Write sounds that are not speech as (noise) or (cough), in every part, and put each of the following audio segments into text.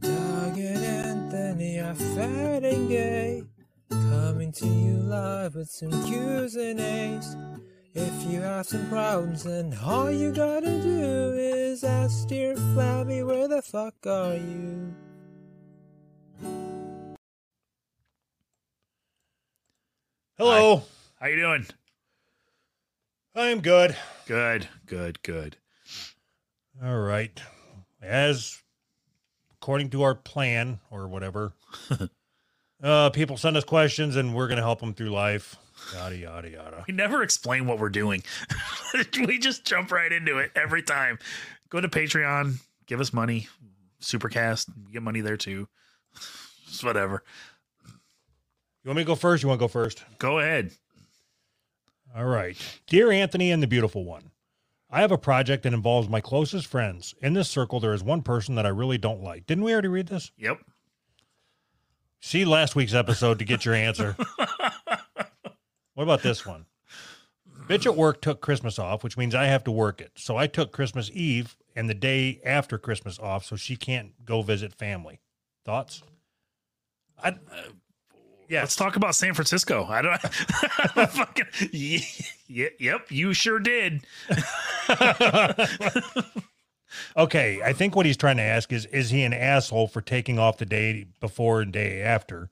Megan Anthony are fat and gay. Coming to you live with some Q's and A's. If you have some problems, then all you gotta do is ask dear Flabby, where the fuck are you? Hi. Hello. How you doing? I am good. Good, good, good. All right. As according to our plan or (laughs) whatever, uh, people send us questions and we're going to help them through life. Yada, yada, yada. We never explain what we're doing. (laughs) we just jump right into it every time. Go to Patreon, give us money, Supercast, get money there too. (laughs) Just whatever. You want me to go first? You want to go first? Go ahead. All right. Dear Anthony and the beautiful one, I have a project that involves my closest friends. In this circle, there is one person that I really don't like. Didn't we already read this? Yep. See last week's episode to get your answer. what about this one? Bitch at work took Christmas off, which means I have to work it. So I took Christmas Eve and the day after Christmas off, so she can't go visit family. Thoughts? I uh, yes. Let's talk about San Francisco. I don't (laughs) fucking yeah, yep, you sure did. (laughs) okay, I think what he's trying to ask is: Is he an asshole for taking off the day before and day after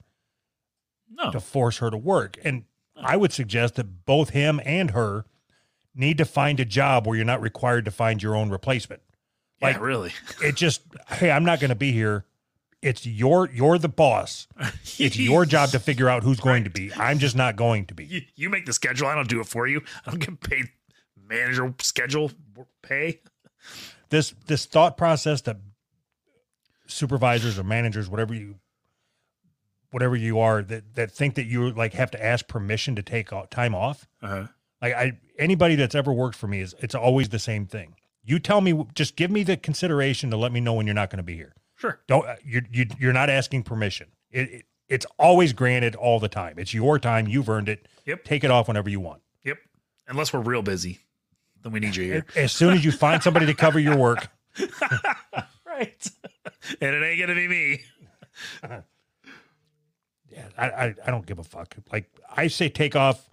No. to force her to work? And I would suggest that both him and her need to find a job where you're not required to find your own replacement. Yeah, like- (laughs) really. it just hey i'm not going to be here it's your you're the boss (laughs) it's your job to figure out who's going to be i'm just not going to be you, you make the schedule. I don't do it for you. I don't get paid manager schedule pay. this this thought process that supervisors or managers whatever you whatever you are that that think that you like have to ask permission to take off, time off Uh-huh. like i anybody that's ever worked for me is it's always the same thing you tell me just give me the consideration to let me know when you're not going to be here Sure. don't uh, you, you you're not asking permission it, it it's always granted all the time it's your time you've earned it Yep. take it off whenever you want Yep. Unless we're real busy, then we need you (laughs) here. as soon as you find somebody to cover your work right. (laughs) and it ain't gonna be me. yeah, I, I i don't give a fuck like i say take off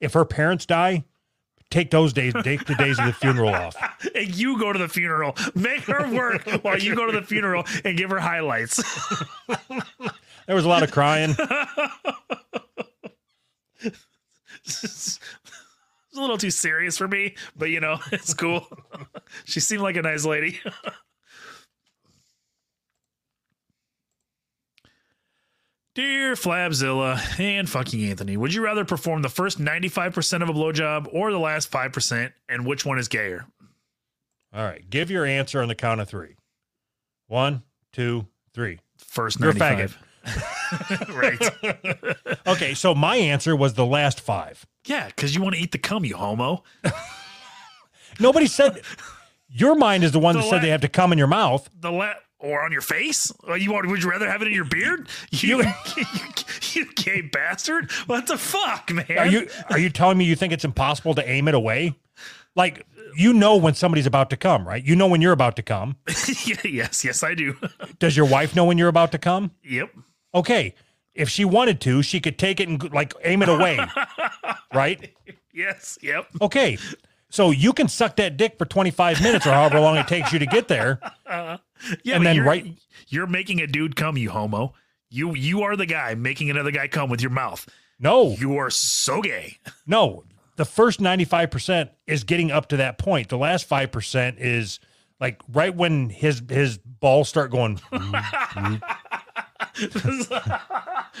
if her parents die take those days take the days of the funeral off And you go to the funeral. Make her work while you go to the funeral and give her highlights. (laughs) there was a lot of crying it's a little too serious for me, but you know, (laughs) it's cool. she seemed like a nice lady. (laughs) Dear Flabzilla and fucking Anthony, would you rather perform the first 95% of a blowjob or the last 5%? And which one is gayer? all right give your answer on the count of three one two three First You're a 95. (laughs) right. okay so my answer was the last five Yeah, because you want to eat the cum, you homo. Nobody said your mind is the one The that said they la- have to come in your mouth. the la- or on your face? Or you want, would you rather have it in your beard? You, (laughs) you, you gay bastard! What the fuck, man? Are you are you telling me you think it's impossible to aim it away? Like you know when somebody's about to come, right? You know when you're about to come. (laughs) Yeah, yes, yes, I do. (laughs) Does your wife know when you're about to come? yep. Okay. If she wanted to, she could take it and go- like aim it (laughs) away. right? Yes. Yep. Okay. So you can suck that dick for 25 minutes or however long it takes you to get there. Yeah. And but then you're, right- you're making a dude come, you homo. You you are the guy making another guy come with your mouth. No. You are so gay. (laughs) No, the first 95% is getting up to that point. The last 5% is like right when his his balls start going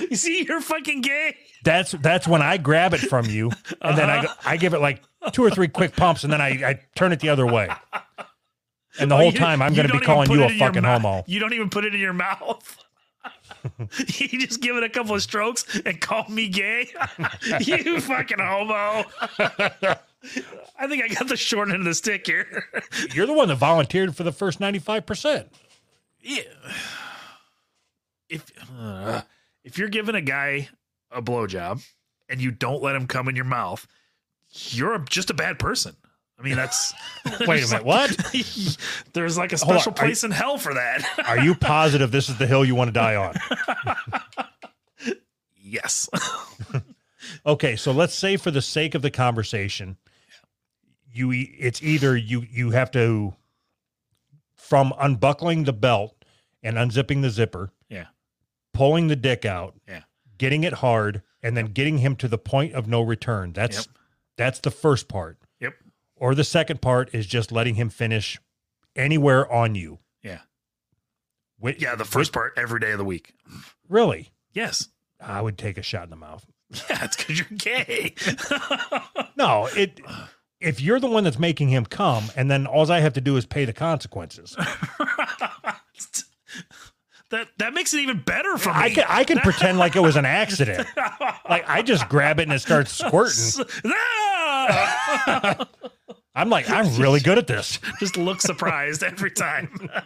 you see, you're fucking gay. that's that's when I grab it from you and then Uh-huh. I go, I give it like two or three quick pumps and then I, I turn it the other way. And the whole Oh, You- time I'm you going to don't be even calling put you it a in your fucking mou- homo. You don't even put it in your mouth. (laughs) you just give it a couple of strokes and call me gay. (laughs) you fucking homo. (laughs) I think I got the short end of the stick here. (laughs) You're the one that volunteered for the first 95%. Yeah. if uh, if you're giving a guy a blowjob and you don't let him come in your mouth, you're just a bad person. I mean, that's (laughs) Wait a minute. there's like- What? There's like a Hold on, special are you- place in hell for that. (laughs) Are you positive this is the hill you want to die on? yes. (laughs) Okay, so let's say for the sake of the conversation, you e- it's either you you have to from unbuckling the belt and unzipping the zipper, Yeah. pulling the dick out, Yeah. getting it hard, and then getting him to the point of no return. That's that's the first part. Yep. Or the second part is just letting him finish anywhere on you. Yeah. Wait, Yeah, the first part every day of the week. really? Yes. (laughs) I would take a shot in the mouth. Yeah, it's because you're gay. (laughs) No, it. If you're the one that's making him come, and then all I have to do is pay the consequences, that that makes it even better (laughs) for me. I (laughs) can I can pretend like it was an accident. Like I just grab it and it starts squirting. Ah! I'm like I'm really good at this. (laughs) Just look surprised every time. (laughs)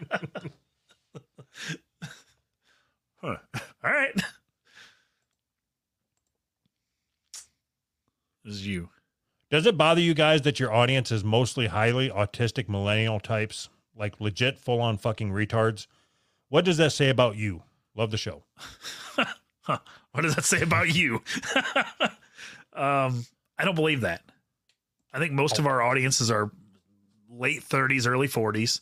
Huh. All right. This is you. Does it bother you guys that your audience is mostly highly autistic millennial types, like legit full on fucking retards? What does that say about you? Love the show. Huh. What does that say about you? (laughs) um, I don't believe that. I think most of our audiences are late 30s, early 40s,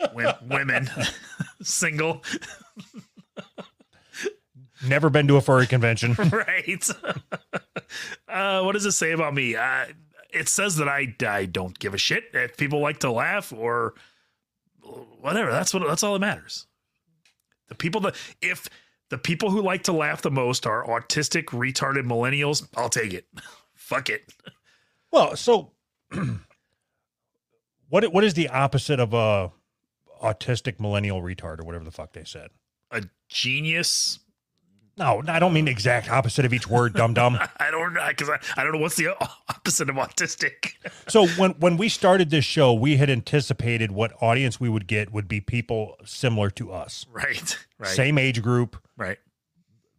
wi- women, (laughs) single, Never been to a furry convention. (laughs) right? uh, what does it say about me? Uh, it says that I, I don't give a shit if people like to laugh or whatever. That's what that's all that matters. The people that if the people who like to laugh the most are autistic, retarded millennials, I'll take it. (laughs) Fuck it. Well, so (clears throat) what what is the opposite of a autistic millennial retard or whatever the fuck they said? A genius. No, I don't mean the exact opposite of each word, dum dum. I don't know because I, I don't know what's the (laughs) opposite of autistic. (laughs) So when when we started this show, we had anticipated what audience we would get would be people similar to us, Right. Right. same age group, Right.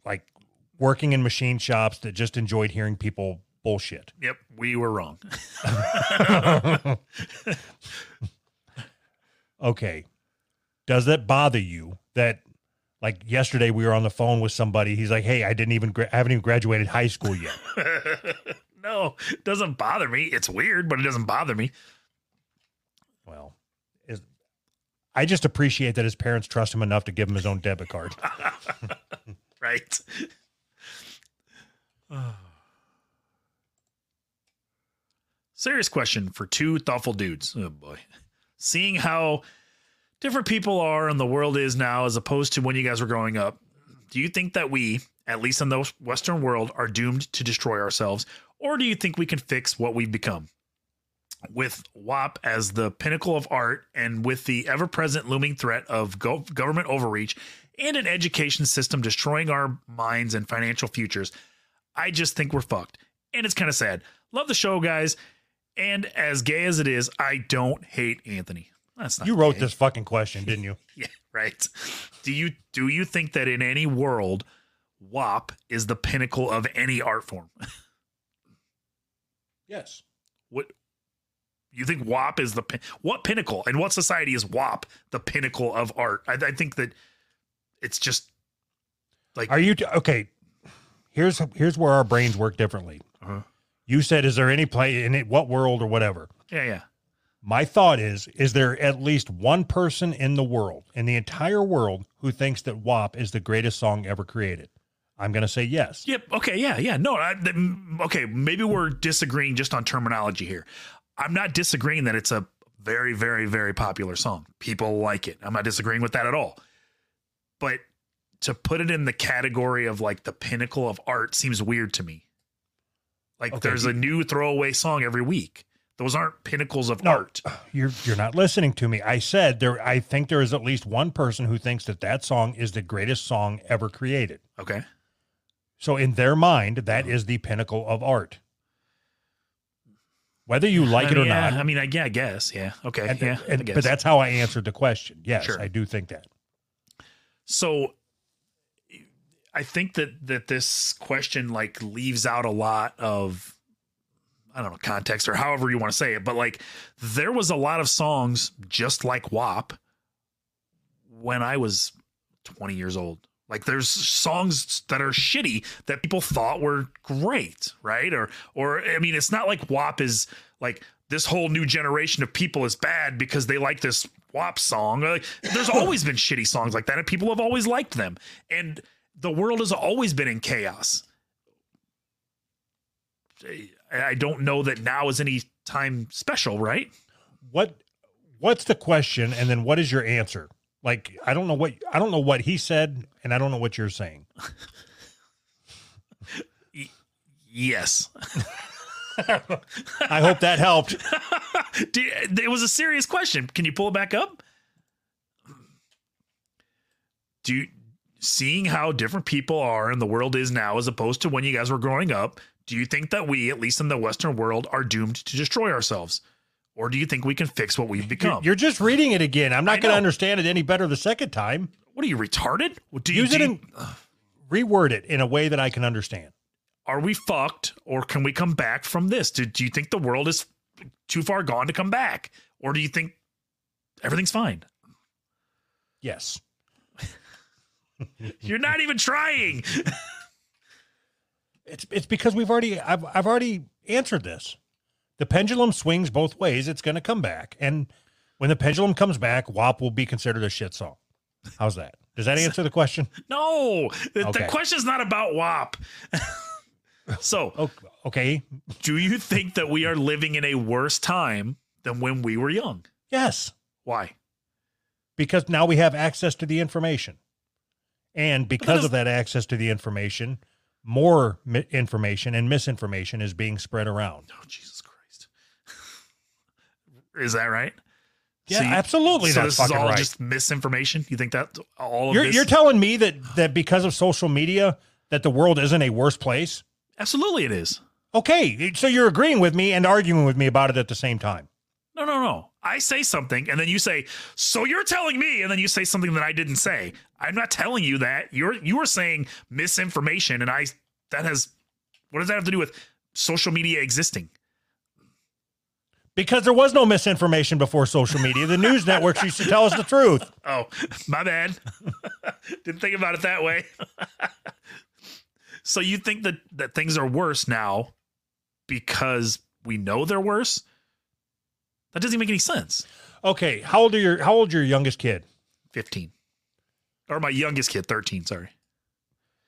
like working in machine shops that just enjoyed hearing people bullshit. Yep. We were wrong. (laughs) okay. Does that bother you that like yesterday we were on the phone with somebody he's like, "Hey, I didn't even gra- I haven't even graduated high school yet." (laughs) (laughs) no, it doesn't bother me. It's weird, but it doesn't bother me. well, is I just appreciate that his parents trust him enough to give him his own debit card. Right. (sighs) Serious question for two thoughtful dudes. Oh boy. Seeing how different people are and the world is now as opposed to when you guys were growing up, do you think that we, at least in the Western world, are doomed to destroy ourselves? Or do you think we can fix what we've become? With WAP as the pinnacle of art and with the ever present looming threat of go- government overreach and an education system destroying our minds and financial futures, I just think we're fucked. And it's kind of sad. Love the show, guys. And as gay as it is, I don't hate Anthony. That's not You wrote gay. this fucking question, didn't you? Yeah, right. Do you do you think that in any world, WAP is the pinnacle of any art form? (laughs) Yes. What you think WAP is the pin, what pinnacle and what society is WAP the pinnacle of art? I, I think that it's just Are you t- okay? Here's here's where our brains work differently. Uh-huh. You said, "Is there any play in it? What world or whatever?" yeah, yeah, My thought is, is there at least one person in the world, in the entire world, who thinks that WAP is the greatest song ever created? I'm going to say yes. yep. Okay, yeah, yeah. No, I, th- m- okay. Maybe we're disagreeing just on terminology here. I'm not disagreeing that it's a very, very, very popular song. People like it. I'm not disagreeing with that at all. But to put it in the category of like the pinnacle of art seems weird to me. Like Okay. there's a new throwaway song every week. Those aren't pinnacles of No. art. You're you're not listening to me. I said there. I think there is at least one person who thinks that that song is the greatest song ever created. Okay. So in their mind, that is the pinnacle of art. Whether you like I it mean, or yeah, not, I mean, I, yeah, I guess. Yeah. Okay. and, yeah. and- I guess. but that's how I answered the question. Yes, Sure. I do think that. so I think that that this question like leaves out a lot of I don't know, context or however you want to say it, but like there was a lot of songs just like WAP when I was 20 years old. Like there's songs that are shitty that people thought were great, right? Or or I mean, it's not like WAP is like this whole new generation of people is bad because they like this WAP song. Like, there's always been shitty songs like that, and people have always liked them. And the world has always been in chaos. I- I don't know that now is any time special, right? What what's the question and then what is your answer? Like I don't know what I don't know what he said and I don't know what you're saying. Yes. I hope that (laughs) helped. Do- it was a serious question. Can you pull it back up? Do you, seeing how different people are and the world is now as opposed to when you guys were growing up, do you think that we, at least in the Western world, are doomed to destroy ourselves? Or do you think we can fix what we've You're, become? you're just reading it again. I'm I not going to know. understand it any better the second time. what are you retarded? Do you, Use do it you- in reword it in a way that I can understand. are we fucked or can we come back from this? Do, do you think the world is too far gone to come back? Or do you think everything's fine? Yes. You're not even trying. It's it's because we've already I've I've already answered this. The pendulum swings both ways. It's going to come back, and when the pendulum comes back, WAP will be considered a shit song. How's that? Does (laughs) that answer the question? No, the, the Okay. question's not about WAP. (laughs) so, O- Okay. do you think that we are living in a worse time than when we were young? Yes, Why? because now we have access to the information, and because does- of that access to the information, more mi- information and misinformation is being spread around. Oh, Jesus Christ. (laughs) is that right? Yeah, you- absolutely. So that's this is fucking all right. just misinformation. You think that all of you're, this? you're telling me that that because of social media that the world isn't a worse place Absolutely, it is. okay so you're agreeing with me and arguing with me about it at the same time No, no, no. I say something and then you say, "So you're telling me," and then you say something that I didn't say. I'm not telling you that. You're you are saying misinformation and I that has what does that have to do with social media existing? because there was no misinformation before social media the (laughs) news networks used to tell us the truth Oh, (laughs) my bad. didn't think about it that way. (laughs) so you think that that things are worse now because we know they're worse? That doesn't make any sense. okay how old are your how old your youngest kid 15. Or my youngest kid, 13, sorry.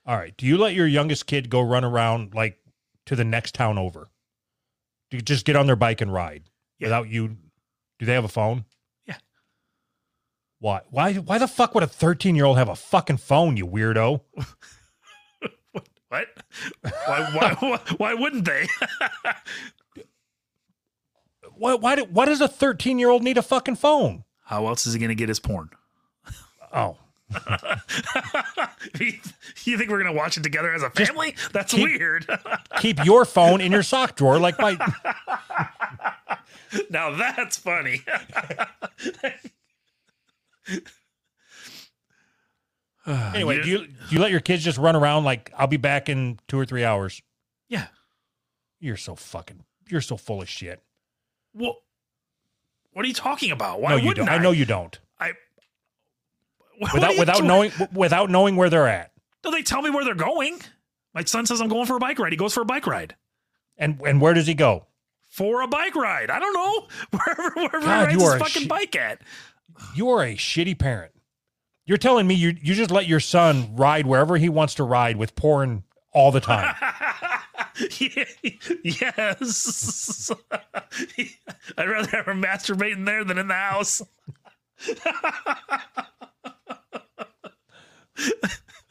all right do you let your youngest kid go run around like to the next town over do you just get on their bike and ride Yeah. without you do they have a phone Yeah. why why why the fuck would a 13 year old have a fucking phone you (laughs) weirdo What? (laughs) Why, why, why wouldn't they? (laughs) Why, why, do, why does a 13 year old need a fucking phone? How else is he going to get his porn? Oh, (laughs) you think we're going to watch it together as a family? That's keep- weird. (laughs) keep your phone in your sock drawer. Like my, now (laughs) that's funny. anyway, do you, do you let your kids just run around like, I'll be back in two or three hours? Yeah. You're so fucking, you're so full of shit. Well, what are you talking about? Why no, you wouldn't don't. I? I know you don't. I, (laughs) What are Without, you without doing? knowing, w- without knowing where they're at. No, they tell me where they're going. My son says I'm going for a bike ride. He goes for a bike ride. And, and where does he go? For a bike ride. I don't know. (laughs) Wherever, wherever he God, rides you his are a fucking shit- bike at. You are a shitty parent. You're telling me you, you just let your son ride wherever he wants to ride with porn all the time. (laughs) yes. (laughs) I'd rather have her masturbating there than in the house. (laughs)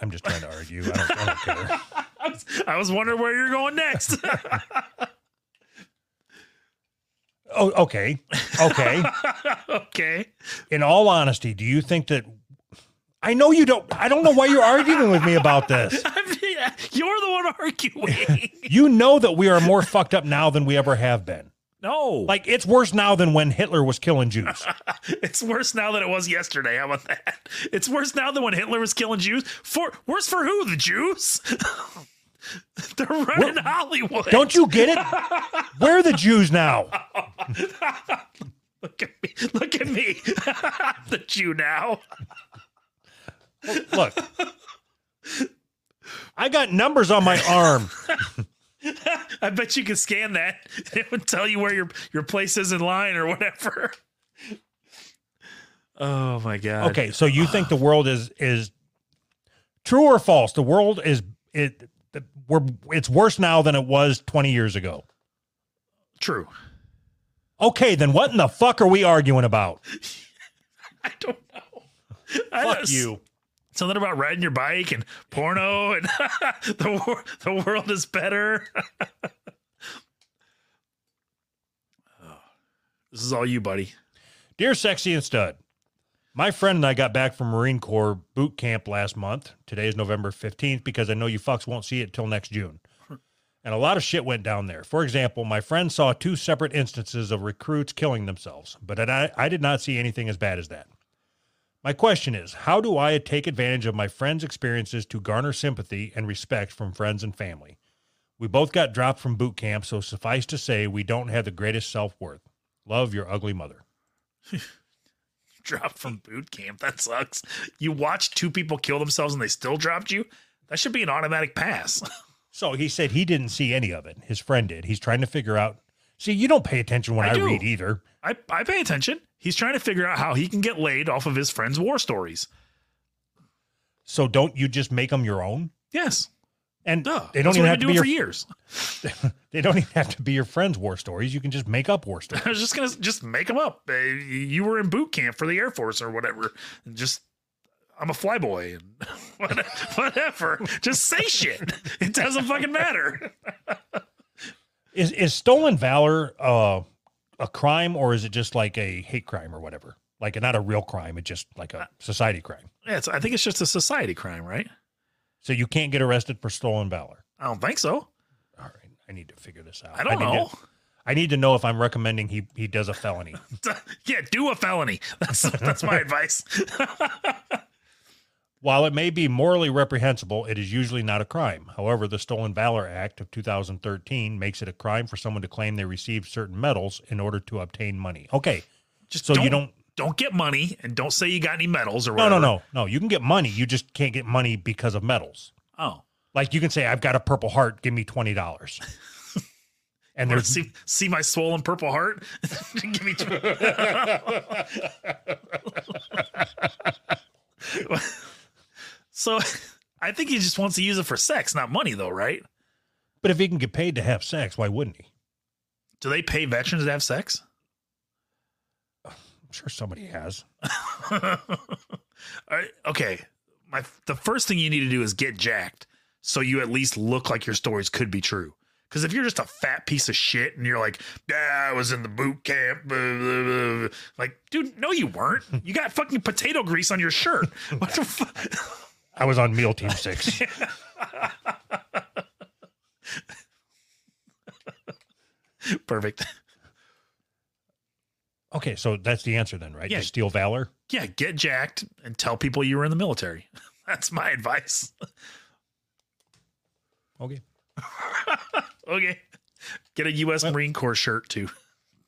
I'm just trying to argue. I don't, I don't care. I was, I was wondering where you're going next. (laughs) Oh, okay. Okay. okay. in all honesty, do you think that I know you don't I don't know why you're arguing with me about this. I'm- you're the one arguing. (laughs) You know that we are more fucked up now than we ever have been. no. Like, Like it's worse now than when Hitler was killing Jews. it's worse now than it was yesterday. How about that? It's worse now than when Hitler was killing Jews. (laughs) For Worse for who? The Jews? They're running Hollywood. Don't you get it? Where are the Jews now? look at me. Look at me. (laughs) the Jew now. Look, I got numbers on my arm. I bet you could scan that. (laughs) and It would tell you where your your place is in line or whatever. (laughs) Oh my god. Okay, so you think the world is is true or false? The world is it the- we're it's worse now than it was 20 years ago. True. Okay, then what in the fuck are we arguing about? I don't know. I Fuck don't- you. Something about riding your bike and porno and (laughs) the wor- the world is better. (laughs) Oh, this is all you, buddy. Dear Sexy and Stud, my friend and I got back from Marine Corps boot camp last month. Today is November 15th because I know you fucks won't see it till next June. And a lot of shit went down there. For example, my friend saw two separate instances of recruits killing themselves, but I, I did not see anything as bad as that. My question is how do I take advantage of my friend's experiences to garner sympathy and respect from friends and family? We both got dropped from boot camp, so suffice to say, we don't have the greatest self worth. Love your ugly mother. Dropped from boot camp. That sucks. You watched two people kill themselves and they still dropped you. That should be an automatic pass. (laughs) So he said he didn't see any of it. His friend did. He's trying to figure out. See, you don't pay attention when I I, do. read either. I, I pay attention. He's trying to figure out how he can get laid off of his friend's war stories. So don't you just make them your own? Yes. And Duh. they don't That's even what have I've to been be doing your, for years. (laughs) (laughs) they don't even have to be your friend's war stories. You can just make up war (laughs) stories. I was just gonna s- just make them up. Uh, y- You were in boot camp for the Air Force or whatever. And just I'm a flyboy and (laughs) what- whatever. just say shit. (laughs) It doesn't fucking matter. (laughs) Is is stolen valor uh, a crime or is it just like a hate crime or whatever? Like not a real crime, it's just like a society crime. Yeah, it's, I think it's just a society crime, right? So you can't get arrested for stolen valor. I don't think so. All right, I need to figure this out. I don't need to- know. I need to know if I'm recommending he he does a felony. (laughs) yeah, do a felony. That's (laughs) that's my advice. While it may be morally reprehensible, it is usually not a crime. However, the Stolen Valor Act of 2013 makes it a crime for someone to claim they received certain medals in order to obtain money. Okay, Just so you don't. don't get money and don't say you got any medals or No, whatever. no, no, no. You can get money. You just can't get money because of medals. Oh, Like you can say, "I've got a Purple Heart. Give me twenty dollars." And Wanna there's see see my swollen purple heart. (laughs) Give me. Two. (laughs) so, (laughs) I think he just wants to use it for sex, not money, though, right? but if he can get paid to have sex, why wouldn't he? Do they pay veterans to have sex? I'm sure somebody has. (laughs) All right, okay, my the first thing you need to do is get jacked, so you at least look like your stories could be true. Because if you're just a fat piece of shit and you're like, yeah, I was in the boot camp, blah, blah, blah," like, dude, no, you weren't. You got fucking potato grease on your shirt. (laughs) What the fuck? I was on Meal Team Six. (laughs) Perfect. okay, so that's the answer then, right? Yeah. To steal valor. Yeah, get jacked and tell people you were in the military. (laughs) That's my advice. (laughs) Okay. Okay, get a U.S. Marine Corps shirt too.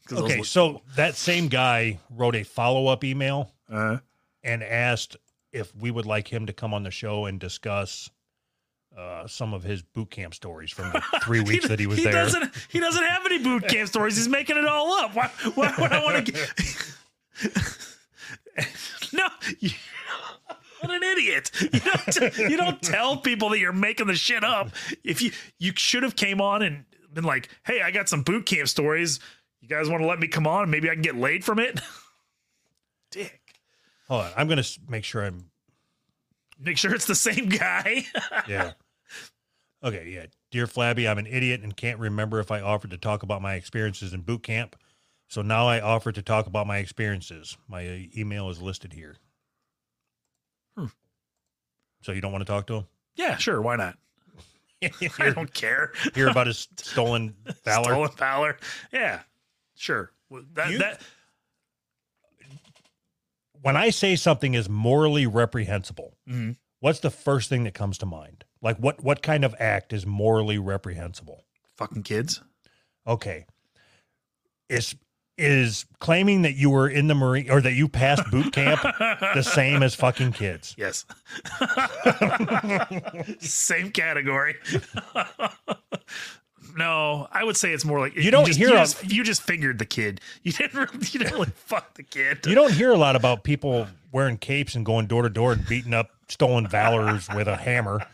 'Cause those Okay, look- so that same guy wrote a follow up email Uh, and asked if we would like him to come on the show and discuss uh, some of his boot camp stories from the (laughs) three weeks that he was there. Doesn't, he doesn't have any boot (laughs) camp stories. He's making it all up. Why, why would I want to get. (laughs) no. you- (laughs) What an idiot! You don't, you don't tell people that you're making the shit up. If you you should have came on and been like, "Hey, I got some boot camp stories. You guys want to let me come on? Maybe I can get laid from it." (laughs) Dick. Hold on, I'm gonna s- make sure I'm Make sure it's the same guy. (laughs) yeah. okay, yeah. Dear Flabby, I'm an idiot and can't remember if I offered to talk about my experiences in boot camp. So now I offer to talk about my experiences. My uh, email is listed here. Hmm. So you don't want to talk to (laughs) him? yeah, sure. Why not? I You're- don't care. (laughs) hear about his stolen valor. Stolen valor. Yeah, sure. Well, That, You- that When I say something is morally reprehensible, Mhm. what's the first thing that comes to mind? Like what what kind of act is morally reprehensible? Fucking (laughs) kids. Okay. Is is claiming that you were in the marine or that you passed boot camp the same as fucking kids? Yes. Same category. (laughs) no, I would say it's more like You don't just, hear you a- just, you just fingered the kid. (laughs) You didn't really, you didn't really fuck the kid. You don't hear a lot about people wearing capes and going door to door and beating up stolen valors with a hammer.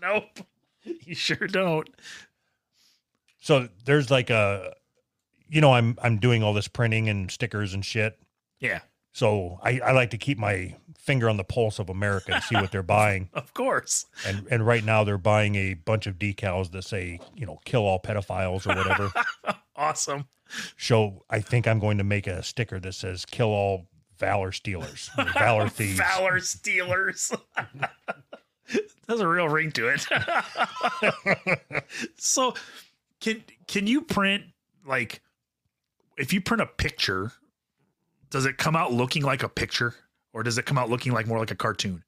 nope. (laughs) You sure don't. So there's like a you know, I'm I'm doing all this printing and stickers and shit. Yeah, So I, I like to keep my finger on the pulse of America and see what they're buying. (laughs) of course. And and right now they're buying a bunch of decals that say, you know, kill all pedophiles or whatever. Awesome. so I think I'm going to make a sticker that says kill all valor stealers, or valor thieves. Valor Steelers. (laughs) That's a real ring to it. (laughs) so can can you print like if you print a picture, does it come out looking like a picture? Or does it come out looking like more like a cartoon?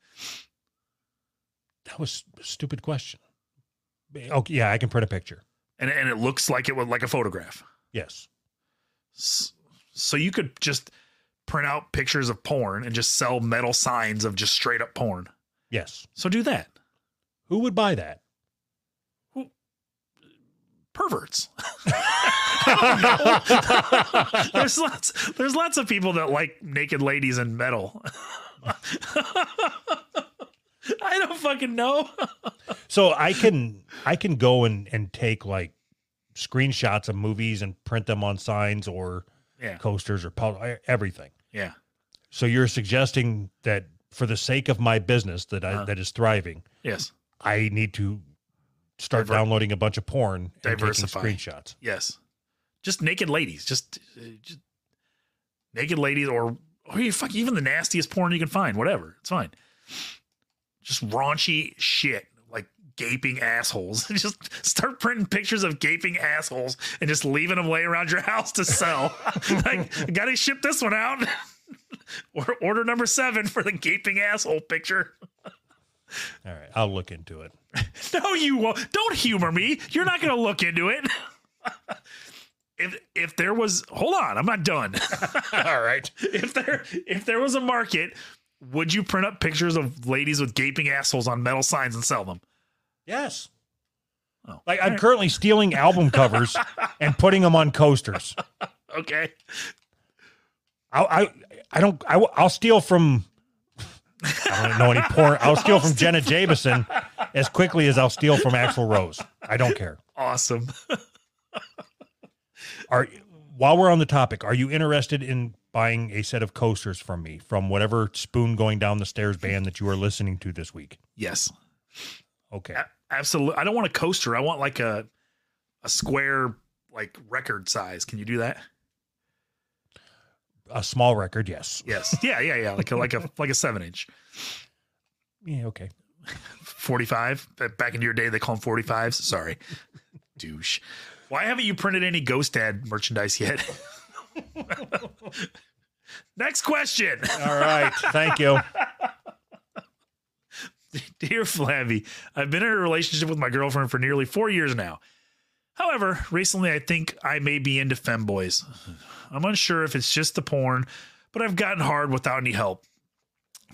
That was a stupid question. Okay, Oh, yeah, I can print a picture. And and it looks like it was like a photograph. Yes. S- So you could just print out pictures of porn and just sell metal signs of just straight up porn. Yes. So do that. Who would buy that? perverts. (laughs) I don't know. (laughs) there's lots there's lots of people that like naked ladies and metal. (laughs) I don't fucking know. So I can I can go and and take like screenshots of movies and print them on signs or Yeah. coasters or pol- everything. Yeah. So you're suggesting that for the sake of my business that I, Uh-huh. that is thriving, Yes. I need to start Diver- downloading a bunch of porn and taking Diversify. screenshots. Yes. Just naked ladies. Just, uh, just naked ladies or or you fuck even the nastiest porn you can find, whatever. It's fine. Just raunchy shit. like Gaping assholes. (laughs) Just start printing pictures of gaping assholes and just leaving them lay around your house to sell. (laughs) like, gotta ship this one out. (laughs) or order number seven for the gaping asshole picture. All right, I'll look into (laughs) it. No, you won't. Don't humor me. You're not going to look into it. (laughs) if if there was, hold on, I'm not done. (laughs) All right. if there if there was a market, would you print up pictures of ladies with gaping assholes on metal signs and sell them? Yes. Oh. Like I'm currently stealing album (laughs) covers and putting them on coasters. Okay. I I, I don't I, will steal from I don't know any porn. I'll steal from Jenna Jameson as quickly as I'll steal from Axl Rose. I don't care. Awesome. Are while we're on the topic, are you interested in buying a set of coasters from me from whatever spoon going down the stairs band that you are listening to this week? Yes. Okay. Absolutely. I don't want a coaster. I want like a a square like record size. Can you do that? A small record, yes. Yes. (laughs) Yeah, yeah, yeah. Like a like a like a 7 inch. Yeah, okay. 45 back in your day they call them 45s sorry (laughs) douche why haven't you printed any ghost dad merchandise yet (laughs) next question All right. Thank you. (laughs) Dear Flavy, I've been in a relationship with my girlfriend for nearly four years now. However, recently I think I may be into femboys. (sighs) I'm unsure if it's just the porn, but I've gotten hard without any help.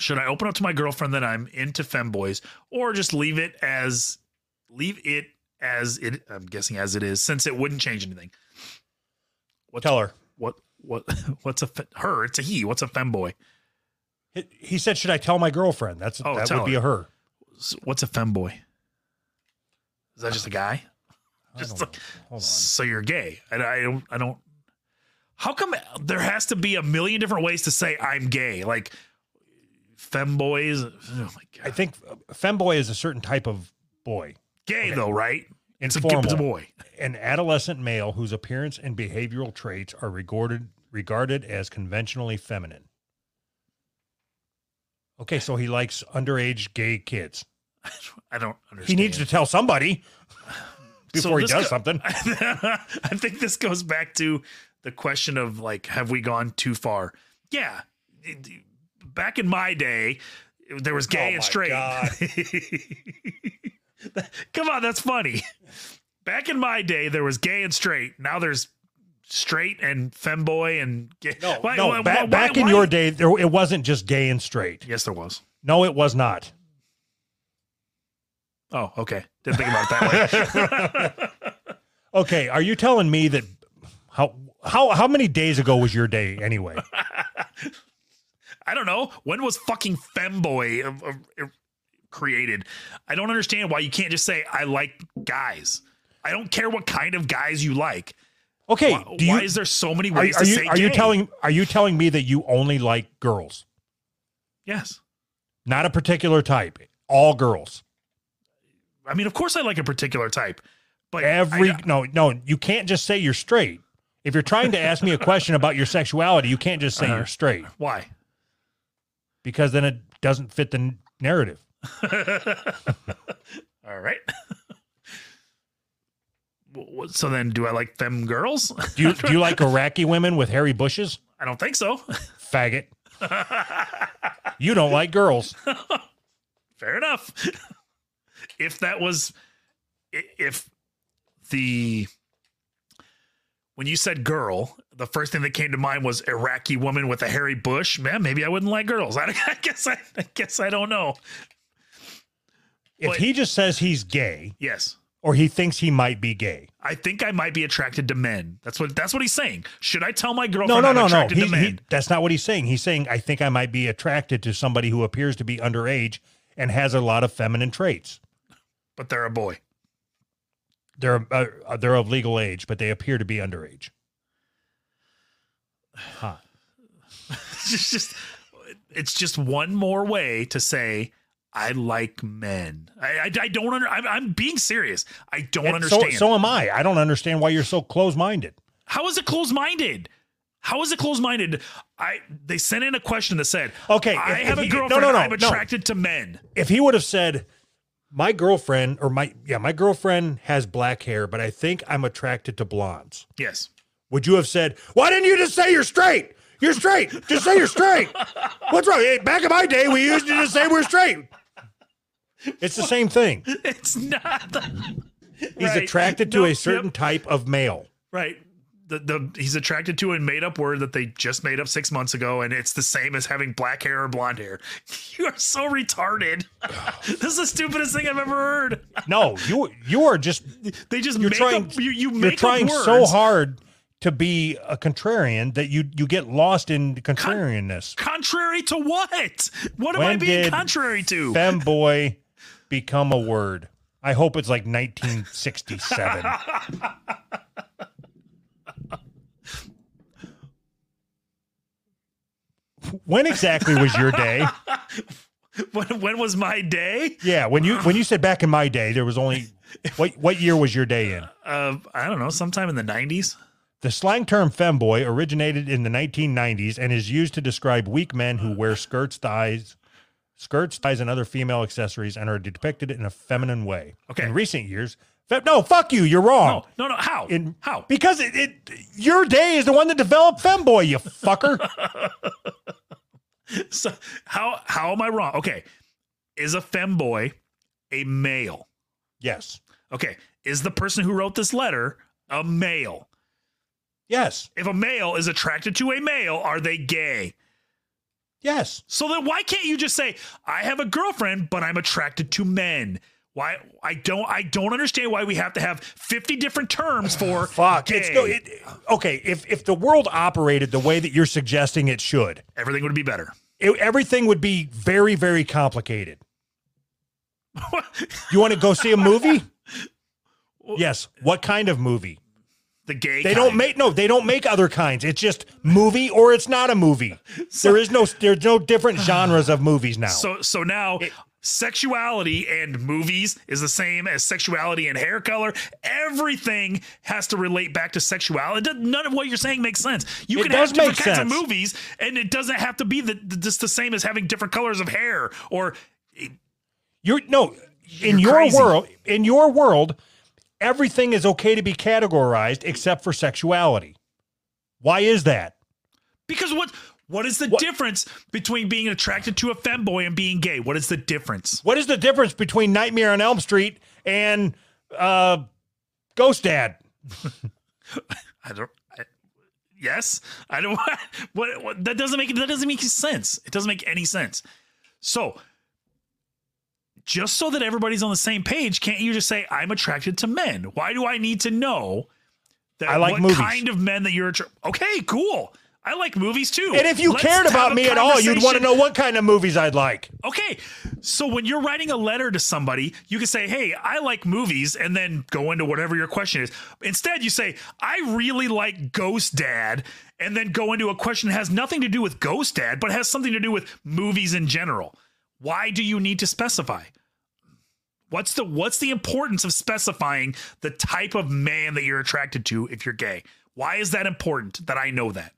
Should I open up to my girlfriend that I'm into femboys or just leave it as leave it as it I'm guessing as it is since it wouldn't change anything. Tell her. What what (laughs) what's a fe- her, it's a he, what's a femboy? He, he said, "Should I tell my girlfriend?" That's Oh, that tell would be her. a her. S- What's a femboy? Is that just a guy? I Just don't like- know. Hold on. So you're gay. And I don't I don't How come there has to be a million different ways to say I'm gay? Like femboys. Oh my god. I think femboy is a certain type of boy, gay though, right? It's a, Informal. it's a boy. an adolescent male whose appearance and behavioral traits are regarded regarded as conventionally feminine. Okay, so he likes underage gay kids. I don't understand. He needs to tell somebody (sighs) So before he this does go- something. (laughs) I think this goes back to the question of like, have we gone too far? Yeah. It- Back in my day, there was gay Oh my and straight. God. (laughs) Come on, that's funny. Back in my day, there was gay and straight. Now there's straight and femboy and gay. No, Why- no. why- back why- back in why- your day, there, it wasn't just gay and straight. Yes, there was. No, it was not. Oh, okay. Didn't think about (laughs) it that way. Okay, are you telling me that how how how many days ago was your day (laughs) anyway? I don't know. When was fucking femboy of- of- er, created? I don't understand why you can't just say, I like guys. I don't care what kind of guys you like. Okay, Why, do you why is there so many are, ways are to you say are you gay? telling are you telling me that you only like girls, Yes. not a particular type, all girls? I mean, of course I like a particular type, but Every I, no no, you can't just say you're straight. If you're trying to ask me a question about your sexuality, you can't just say Uh-huh. you're straight why? (laughs) because then it doesn't fit the n- narrative. All right. (laughs) W- w- so then, do I like them girls? (laughs) Do you do you like Iraqi women with hairy bushes? I don't think so. Faggot. (laughs) You don't like girls. Fair enough. (laughs) if that was, i- if the, when you said girl, the first thing that came to mind was Iraqi woman with a hairy bush. Man, maybe I wouldn't like girls. (laughs) I, I guess I, I guess I don't know. If But- he just says he's gay Yes. or he thinks he might be gay. I think I might be attracted to men. That's what that's what he's saying. Should I tell my girlfriend No, no, I'm no, no. attracted He, to he- men? that's not what he's saying. He's saying, I think I might be attracted to somebody who appears to be underage and has a lot of feminine traits. but they're a boy. They're uh, uh, they're of legal age, but they appear to be underage. Hot. (laughs) it's just it's just one more way to say I like men. I I, I don't under, I'm, I'm being serious. I don't And so, understand. so am I. I don't understand why you're so close minded. How is it closed minded? How is it closed minded? I they sent in a question that said, Okay, if- I if have he- a no, no, girlfriend. no, I'm no. attracted to men." if he would have said my girlfriend or my yeah my girlfriend has black hair but i think i'm attracted to blondes Yes. (laughs) would you have said why didn't you just say you're straight you're straight just say you're (laughs) straight what's wrong Hey, back in my day we used to just say we're straight it's the same thing It's not he's Right. attracted to Nope, a yep. certain type of male Right. The, the he's attracted to a made up word that they just made up six months ago, and it's the same as having black hair or blonde hair. (laughs) You are so retarded. (laughs) this is the stupidest thing I've ever heard. no you you are just They just you're make trying up you, you you're make trying up words. so hard to be a contrarian that you you get lost in contrarianness Contrary to what? What am I When being did contrary to? femboy become a word. I hope it's like 1967. when exactly was your (laughs) day? (laughs) when, when was my day? Yeah, when you when you said back in my day, there was only what what year was your day in? Uh, I don't know, sometime in the nineties. The slang term femboy originated in the 1990s and is used to describe weak men who wear skirts, thighs, skirts, ties, and other female accessories and are depicted in a feminine way. Okay. In recent years, fe- no, fuck you, you're wrong. No, no, no. How? In- how? (laughs) Because it, it, your day is the one that developed femboy, you (laughs) fucker. So how how am I wrong? Okay. Is a femboy a male? yes, Okay, is the person who wrote this letter a male? yes, If a male is attracted to a male, are they gay? yes. So then why can't you just say I have a girlfriend but I'm attracted to men? Why I don't I don't understand why we have to have 50 different terms (sighs) for Fuck. gay. It's go. It, okay, if if the world operated the way that you're suggesting it should, Everything would be better. it, everything would be very, very complicated. You want to go see a movie? yes. What kind of movie? the gay They don't kind. make no. They don't make other kinds. It's just movie or it's not a movie. there is no. There's no (sighs) different genres of movies now. So so now sexuality and movies is the same as sexuality and hair color. Everything has to relate back to sexuality. It doesn't- None of what you're saying makes sense. You It can does have different make kinds sense. of movies, and it doesn't have to be the, the- just the same as having different colors of hair or You're no in You're your crazy. world. In your world, everything is okay to be categorized except for sexuality. Why is that? because what What is the What- difference between being attracted to a femboy and being gay? What is the difference? What is the difference between Nightmare on Elm Street and uh, Ghost Dad? I don't. I, yes, I don't. (laughs) What, what that doesn't make that doesn't make sense. It doesn't make any sense. So, just so that everybody's on the same page, can't you just say I'm attracted to men? Why do I need to know that I like what movies. kind of men that you're attracted? Okay, cool. I like movies too. And if you Let's cared have about a me at all, you'd want to conversation know what kind of movies I'd like. Okay. So when you're writing a letter to somebody, you can say, Hey, I like movies, and then go into whatever your question is. Instead, you say, I really like Ghost Dad, and then go into a question that has nothing to do with Ghost Dad, but has something to do with movies in general. Why do you need to specify? What's the what's the importance of specifying the type of man that you're attracted to if you're gay? Why is that important that I know that?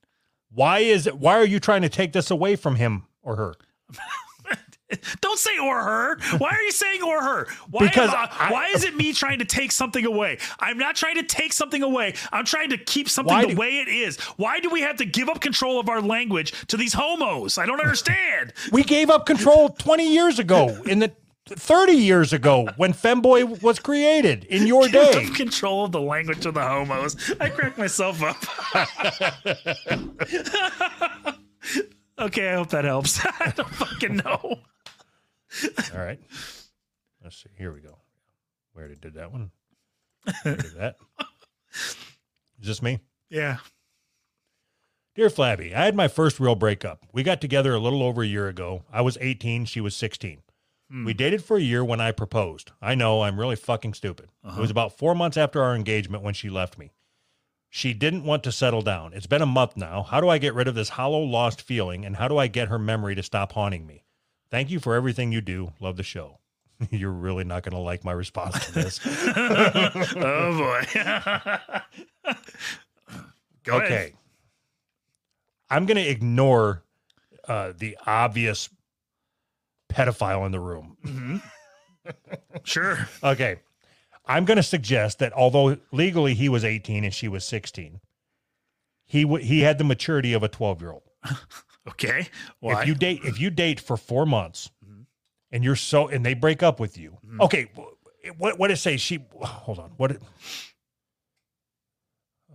Why is it? Why are you trying to take this away from him or her? (laughs) Don't say or her. Why are you saying or her? Why, am Because I- I- why is it me trying to take something away? I'm not trying to take something away. I'm trying to keep something Why the do- way it is. Why do we have to give up control of our language to these homos? I (laughs) don't understand. We gave up control 20 years ago in the 30 years ago when femboy was created in (laughs) your Give day. up control of the language of the homos. I crack myself up. (laughs) okay, I hope that helps. (laughs) I don't fucking know. All right. Let's see. Here we go. We already did that one. We already did that. Is this me? Yeah. Dear Flabby, I had my first real breakup. We got together a little over a year ago. I was 18, she was 16. We dated for a year when I proposed. I know, I'm really fucking stupid. It was about four months after our engagement when she left me. She didn't want to settle down. It's been a month now. How do I get rid of this hollow, lost feeling? And how do I get her memory to stop haunting me? Thank you for everything you do. Love the show. (laughs) You're really not going to like my response to this. (laughs) Oh boy. (laughs) Go ahead. okay. I'm going to ignore uh, the obvious pedophile in the room. Sure. Okay. I'm going to suggest that although legally he was 18 and she was 16, he w- he had the maturity of a 12 year old. Okay. Why? Mm-hmm. If you date if you date for four months and you're so and they break up with you, okay. wh- What what did it say? She hold on. What? It,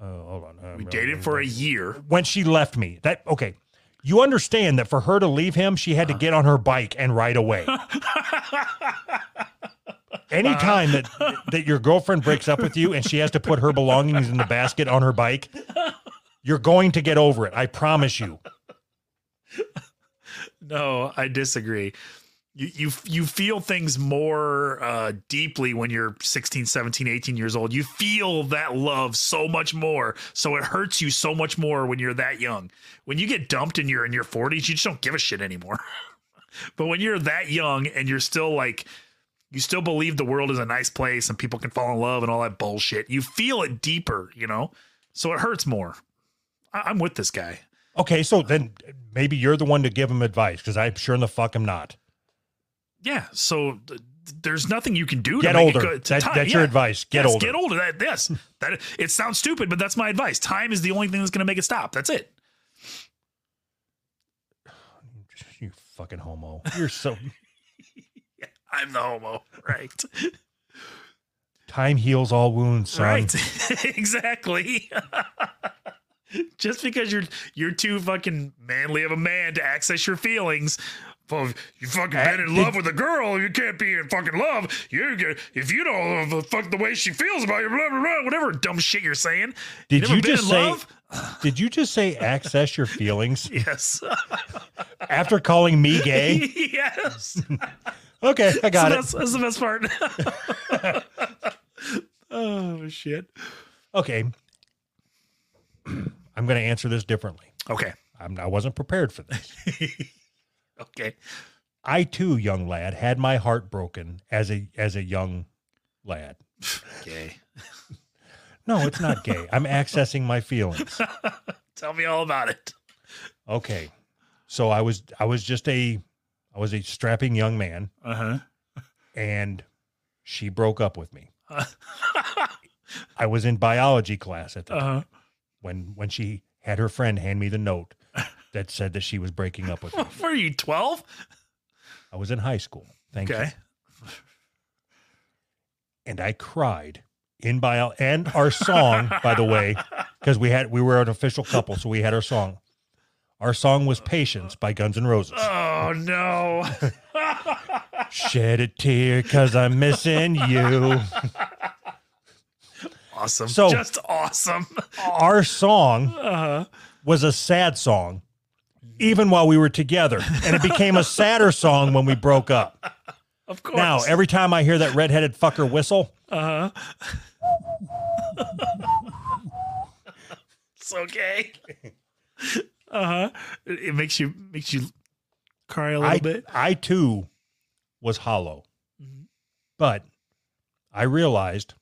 uh, hold on. I'm we really- dated for a year. when she left me. That okay. You understand that for her to leave him, she had to get on her bike and ride (laughs) away. Anytime that that your girlfriend breaks up with you and she has to put her belongings in the basket on her bike, you're going to get over it. I promise you. No, I disagree. You you you feel things more uh, deeply when you're 16, 17, 18 years old. You feel that love so much more. So it hurts you so much more when you're that young. When you get dumped and you're in your 40s, you just don't give a shit anymore. (laughs) but when you're that young and you're still like you still believe the world is a nice place and people can fall in love and all that bullshit, you feel it deeper, you know? So it hurts more. I- I'm with this guy. Okay, so then maybe you're the one to give him advice because I'm sure in the fuck I'm not. Yeah. So th- there's nothing you can do. Get to make it older. go- to That- time- that's your yeah. advice. Get Yes, older. Get older. That yes. That it sounds stupid, but that's my advice. Time is the only thing that's going to make it stop. That's it. You fucking homo. You're so I'm the homo, right? time heals all wounds, (laughs) son. Right. (laughs) exactly. (laughs) Just because you're you're too fucking manly of a man to access your feelings. Well, if you fucking been in love with a girl. You can't be in fucking love. You get- if you don't uh, fuck the way she feels about you, blah blah blah, whatever dumb shit you're saying. Did never you been just in say- love? Did you just say access your feelings Yes. (laughs) after calling me gay? (laughs) yes. Okay, I got it. that's, that's the best part. (laughs) oh shit. okay i'm going to answer this differently Okay. (laughs) I'm, i wasn't prepared for this Okay. i too young lad had my heart broken as a as a young lad Okay. no it's not gay i'm accessing my feelings Tell me all about it. okay so i was i was just a i was a strapping young man (laughs) Uh and she broke up with me huh. i was in biology class at the uh huh. when when she had her friend hand me the note that said that she was breaking up with me. What were you, 12? I was in high school. Thank you. Okay. (laughs) And I cried in by our- and our song, by the way, because we had we were an official couple, so we had our song. Our song was "Patience" by Guns N' (laughs) Roses. Oh, (laughs) no. Shed a tear, cause I'm missing (laughs) you. awesome. So- Just awesome. (laughs) Our song Uh-huh. was a sad song, even while we were together, and it became a sadder song when we broke up. Of course. Now, every time I hear that redheaded fucker whistle, uh-huh. it's okay. (laughs) Uh-huh. It, it makes you makes you cry a little I, bit. I too was hollow. Mhm. But I realized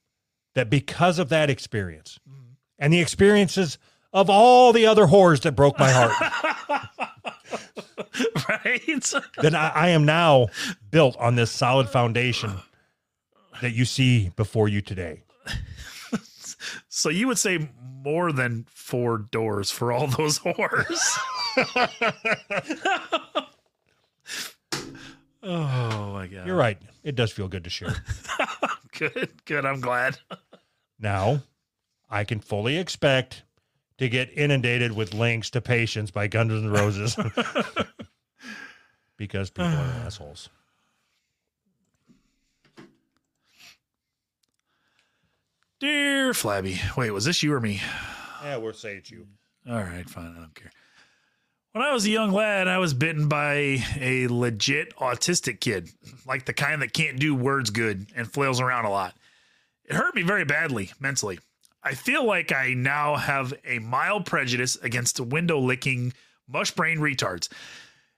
that because of that experience Mm-hmm. and the experiences of all the other whores that broke my heart, (laughs) (laughs) right? then I, I am now built on this solid foundation that you see before you today. So you would say more than four doors for all those (laughs) whores. oh my god. You're right. It does feel good to (laughs) share. Good, good. I'm glad. Now I can fully expect to get inundated with links to Patience by Guns N' (laughs) Roses (laughs) because people are assholes. Dear Flabby. Wait, was this you or me? Yeah, we'll say it's you. All right, fine. I don't care. When I was a young lad, I was bitten by a legit autistic kid, like the kind that can't do words good and flails around a lot. It hurt me very badly mentally. I feel like I now have a mild prejudice against window licking, mush brain retards.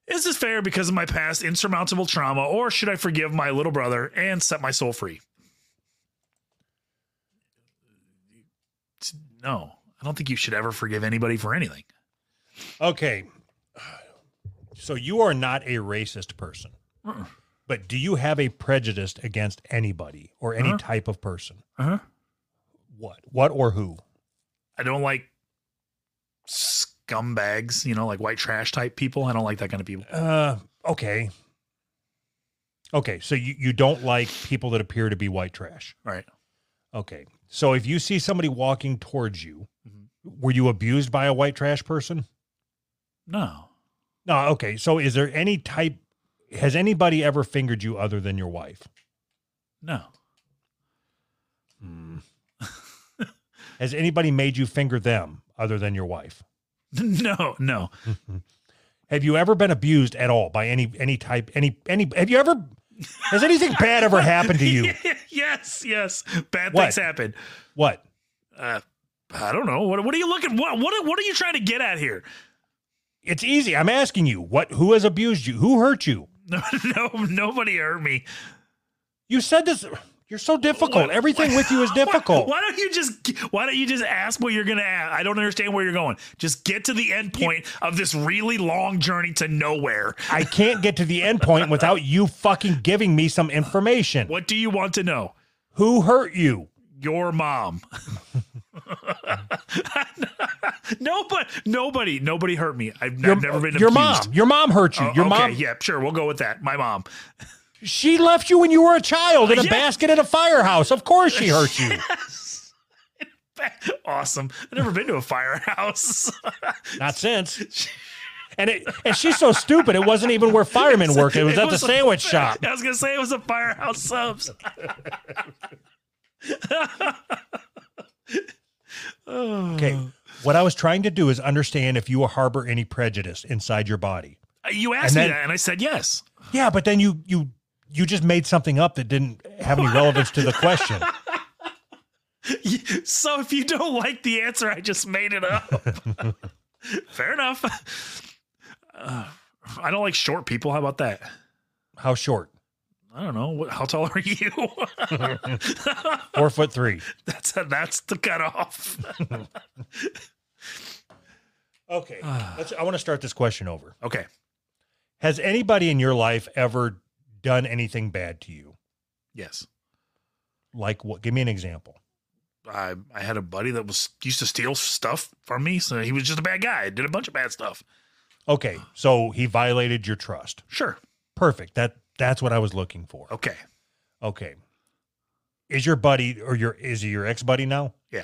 Is this fair because of my past insurmountable trauma, or should I forgive my little brother and set my soul free? No, I don't think you should ever forgive anybody for anything. Okay. So you are not a racist person, Uh-uh. but do you have a prejudice against anybody or any type of person? Uh-huh. What? What or who? I don't like scumbags, you know, like white trash type people. I don't like that kind of people. Uh, okay. Okay. So you, you don't like people that appear to be white trash. Right. Okay. So if you see somebody walking towards you, Mhm. were you abused by a white trash person? No. No. Okay. So is there any type, has anybody ever fingered you other than your wife? No. (laughs) Mm. (laughs) Has anybody made you finger them other than your wife? No, no. Have you ever been abused at all by any any type any any have you ever has anything bad ever happened to you? (laughs) yes, yes. Bad What? things happen. What? Uh, I don't know. What what are you looking what what what are you trying to get at here? (laughs) It's easy. I'm asking you. What who has abused you? Who hurt you? No, no nobody hurt me. You said this you're so difficult. What- Everything with you is Why, difficult. why don't you just why don't you just ask what you're going to ask? I don't understand where you're going. Just get to the end point of this really long journey to nowhere. I can't get to the end point without you fucking giving me some information. What do you want to know? Who hurt you? your mom. (laughs) nobody, nobody, nobody hurt me. I've, I've never been your abused. mom. Your mom hurt you. Oh, your okay, mom Yeah, sure. We'll go with that. My mom. (laughs) she left you when you were a child in a Yeah. basket at a firehouse. Of course she hurt (laughs) you. Awesome. I've never been to a firehouse. (laughs) Not since. And it and she's so stupid. It wasn't even where firemen work. It was at the a- sandwich shop. I was gonna say it was a firehouse subs. (laughs) Okay. What I was trying to do is understand if you harbor any prejudice inside your body. You And asked me then- that, and I said yes. Yeah, but then you you you just made something up that didn't have any relevance to the question. (laughs) So if you don't like the answer, I just made it up. (laughs) Fair enough. Uh, I don't like short people. How about that? How short? I don't know. What, how tall are (laughs) you? Four foot three. that's that's the cutoff. (laughs) (sighs) Okay. Let's, I want to start this question over. okay. Has anybody in your life ever done anything bad to you? Yes. Like what? Give me an example. I I had a buddy that was used to steal stuff from me, so he was just a bad guy. Did a bunch of bad stuff. Okay, so he violated your trust. Sure. Perfect. That that's what I was looking for. Okay. (laughs) Okay. Is your buddy or your is he your ex buddy now? Yeah.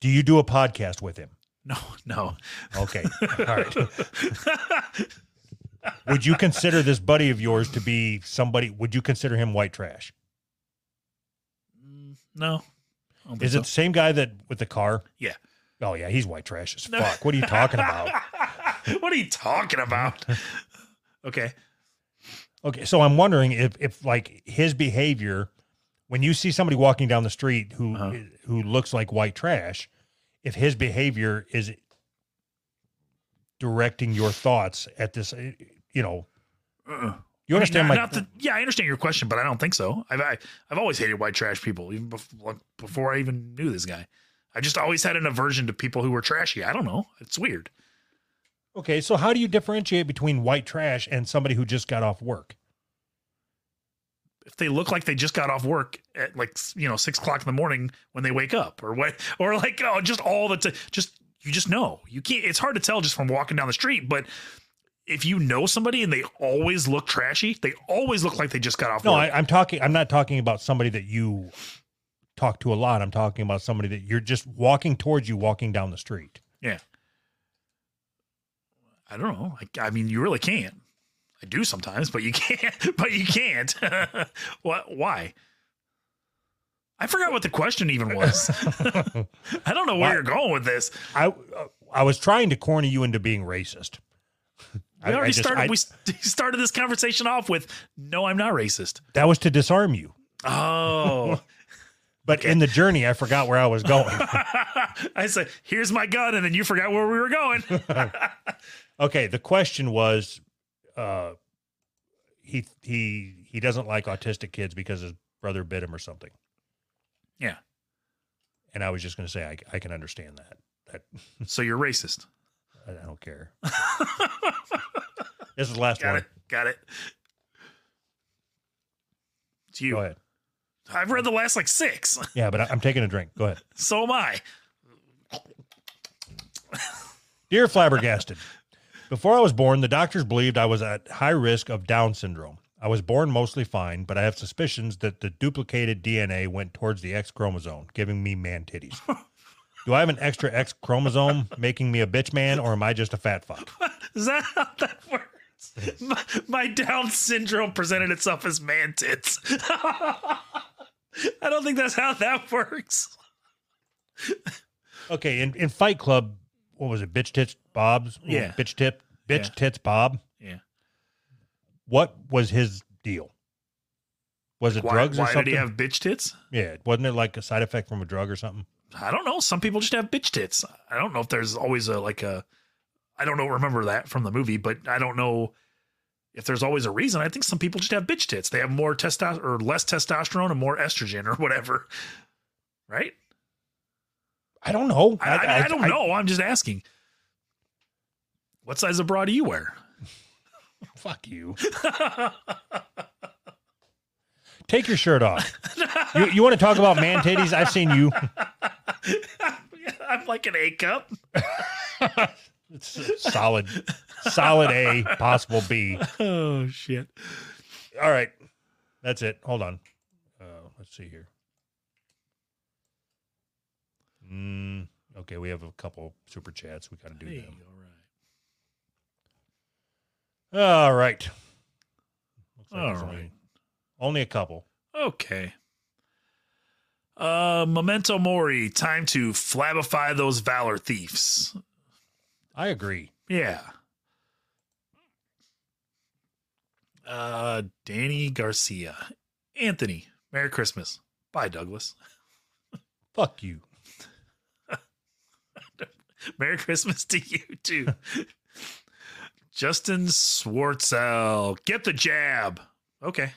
Do you do a podcast with him? No, no. (laughs) Okay. All right. Would you consider this buddy of yours to be somebody? Would you consider him white trash? Mm, no. I don't think Is it the same guy that with the car? Yeah. Oh yeah, he's white trash (laughs) as No. fuck. What are you talking about? (laughs) what are you talking (laughs) about? okay. Okay, so I'm wondering if if like his behavior when you see somebody walking down the street who Uh-huh. who looks like white trash, if his behavior is directing your thoughts at this eh, you know, Uh-uh. you understand I mean, my not- not that- yeah, I understand your question, but I don't think so. I've I, I've always hated white trash people, even before, before I even knew this guy. I just always had an aversion to people who were trashy. I don't know. It's weird. Okay, so how do you differentiate between white trash and somebody who just got off work? If they look like they just got off work at like you know six o'clock in the morning when they wake up, or what, (laughs) or like oh, just all the t- just you just know you can't. It's hard to tell just from walking down the street, but if you know somebody and they always look trashy, they always look like they just got off. No, work. I, I'm talking I'm not talking about somebody that you talk to a lot. I'm talking about somebody that you're just walking towards you walking down the (laughs) street. (laughs) I don't know. I, I mean, you really can't. I do sometimes, but you (laughs) can't. But you can't. (laughs) what? Why? I forgot what the question even (laughs) was. (laughs) I don't know where Why- you're going with this. I uh, I was trying to corner you into being racist. We already just- started. I- we (laughs) st- started this conversation off with, "No, I'm not racist." that was to disarm you, Oh, (laughs) but in the journey, I forgot where I was going. I said, "Here's my gun," and then you forgot where we were (laughs) going. okay, the question was, uh, he he he doesn't like autistic kids because his brother bit him or something. Yeah. and I was just going to say I, I can understand that. That so you're racist. I, I don't (laughs) care. this is the last Got one. it. Got it. It's Go you. ahead. I've read the last like six. (laughs) Yeah, but I, I'm taking a drink. Go ahead. So am I. Dear Flabbergasted, before I was born, the doctors believed I was at high risk of Down syndrome. I was born mostly fine, but I have suspicions that the duplicated DNA went towards the X chromosome, giving me man (laughs) titties. Do I have an extra X chromosome making me a bitch man, or am I just a fat fuck? Is that how that (laughs) works? My, my Down syndrome presented itself as man tits. (laughs) I don't think that's how that works. Okay, in, in Fight Club, what was it? Bitch tits Bob's? Ooh, Yeah. Bitch tip, bitch Yeah. tits Bob. Yeah. What was his deal? Was it Why, drugs or why something? did he have bitch tits? yeah, wasn't it like a side effect from a drug or something? I don't know. Some people just have bitch tits. I don't know if there's always a like a. I don't know. Remember that from the movie, but I don't know if there's always a reason. I think some people just have bitch tits. They have more testosterone or less testosterone and more estrogen or (laughs) whatever. Right? I don't know. I, I, I don't know. I'm just asking. What size of bra do you (laughs) wear? Fuck you. Take your shirt off. You, you want to talk about man titties? I've seen you. I'm like an A cup. It's a solid, solid A, possible B. Oh shit. All right, that's it. Hold on. Uh, let's see here. Mm, okay, we have a couple super chats. We got to do Hey, them. all All right. Looks All there's right. Only, only a couple. right. Okay. Uh, memento mori. Time to flabify those valor thieves. I agree. Yeah. Uh, Danny Garcia, Anthony. Merry Christmas. Bye, Douglas. Fuck you. Merry Christmas to you too. Justin Swartzel, get the jab. Okay.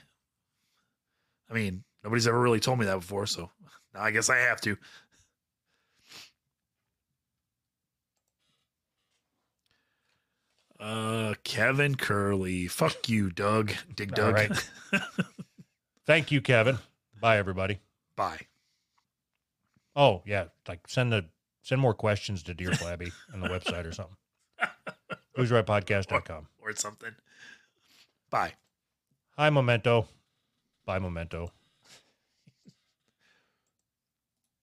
I mean, nobody's ever really told me that before, so now I guess I have to. Uh, Kevin Curley, fuck you, Doug. Dig All Doug. right. Thank you, Kevin. Bye, everybody. (laughs) Bye. Oh yeah, like send the send more questions to Dear Flabby on the website or something. BoozeRightPodcast.com. or something. Bye. Hi, Memento. Bye, Memento.